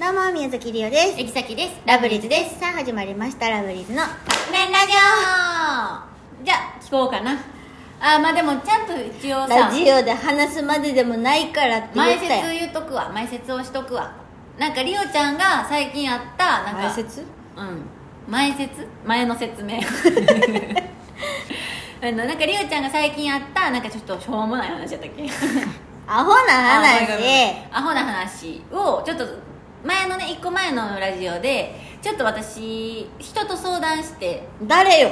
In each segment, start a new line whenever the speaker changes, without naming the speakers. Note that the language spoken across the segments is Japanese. どうも宮崎りおです
えきさきです
ラブリーズですさあ始まりましたラブリーズの
メンラジオじゃあ聞こうかなあーまあでもちゃんと一応さ
ラジオで話すまででもないからって言
前
った
説
よ
言っとくわ前説をしとくわなんかりおちゃんが最近あったなんか
前説
うん前説前の 説明あのなんかりおちゃんが最近あったなんかちょっとしょうもない話だったっけ
アホな話
アホな話をちょっと前のね1個前のラジオでちょっと私人と相談して
誰よ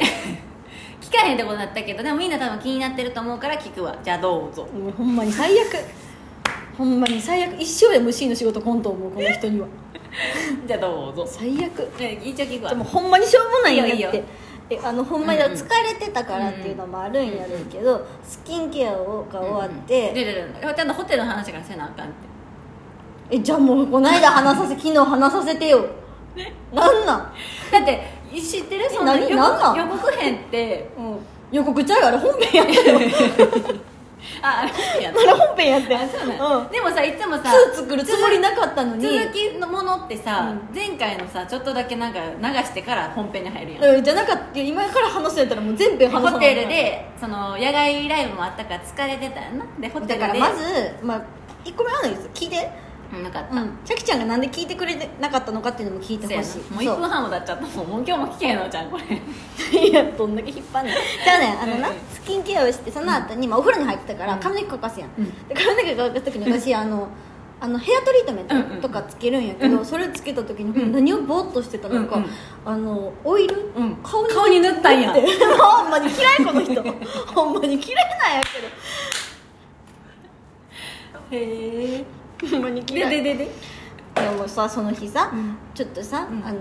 聞かへんってことだったけどでもみんな多分気になってると思うから聞くわじゃあど うぞ
もうほんまに最悪ほんまに最悪一生 MC の仕事こんと思うこの人には
じゃあどうぞ
最悪
一応聞くわ
でもほんまにしょうもないよね
いいよ
っ
いいよ
てえあのほんまに
うんうん
疲れてたからっていうのもあるんやろうけど、スキンケアをが終わっ
うん
て、
でででちゃんとホテルの話からせなあかんって
えじゃあもうこ
こ
の
ない
間
だ話させ昨日話させてよなんなん
だって知ってるその
何
予
何なん
告予告編って
うん予告ちゃうよあれ本編やって よ
ああれやっ
あ れ本編やって
たあそう
う
なん
ん
でもさいつもさ
スーツ来るつもりなかったのに
続きのものってさ、
う
前回のさちょっとだけなんか流してから本編に入るやん
うんじゃなかった今から話すんやったらもう全編話さな
ホテルでその野外ライブもあったから疲れてたよなでホテルで
だからまず、まあ、1個目あるんです聞いて
うんよかった、
うんちゃきちゃんがなんで聞いてくれてなかったのかっていうのも聞い
そう
て
や
ほ
な
しい
もう1分半も経っちゃったもんもう今日も聞けへんのじゃんこれ
いやどんだけ引っ張んねんじゃあねあのな
うんうん
スキンケアをしてその後に、まあ、お風呂に入ってたから髪の毛乾かすやん、
うん
で髪の毛乾かす時に私あのあのヘアトリートメン
うんうん
トとかつけるんやけど、それつけた時に、
うん
何をぼーっとしてたのか、
うんうん
あのオイル、
うん
顔に
顔に塗ったんや
って ほんまに嫌いこの 人ほんまに嫌いなんやけ
へえ
どほんまに
で
嫌い
ででで
でもさその日さ、
うん
ちょっとさ、
うん
あの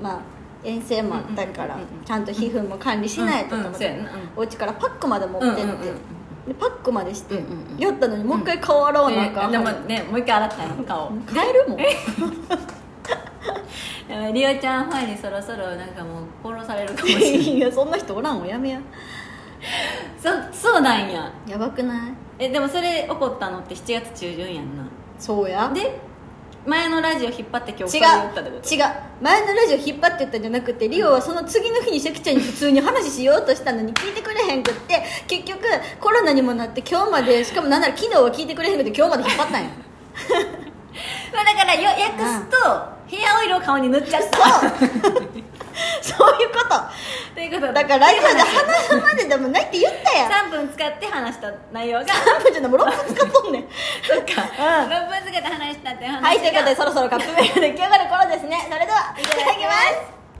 まあ遠征もあったから、
うんうんうんうん
ちゃんと皮膚も管理しないとと思って、
うんうんそうやなうん
お家からパックまで持ってって、
うんうんうん
でパックまでして、
うんうんうん
やったのにもう一回顔洗わなあかん、
ねでもねもう一回洗ったの顔
変えるもん
でもりおちゃんファンにそろそろなんかもう殺されるかもしれない
いやそんな人おらんわやめや
そそうなんや
やばくない
えでもそれ起こったのって7月中旬やんな
そうやで
で前のラジオ引っ張って今日
違う違う
これ言ったってこと
前のラジオ引っ張ってったんじゃなくてリオはその次の日にシャキちゃんに普通に話しようとしたのに聞いてくれへんくって結局コロナにもなって今日までしかもなんなら昨日は聞いてくれへんくて今日まで引っ張ったんや
まあだからよ訳すとヘアオイルを顔に塗っちゃ った
そういうこと
ということで
だから今で 話すまででもないって言ったやん
3分使って話した内容が
3分じゃないもう6分使っとんねん
そっか、
うん
6分使って話したっていう話が
はいということでそろそろカップ麺が出来上がる頃ですねそれでは
行きましょう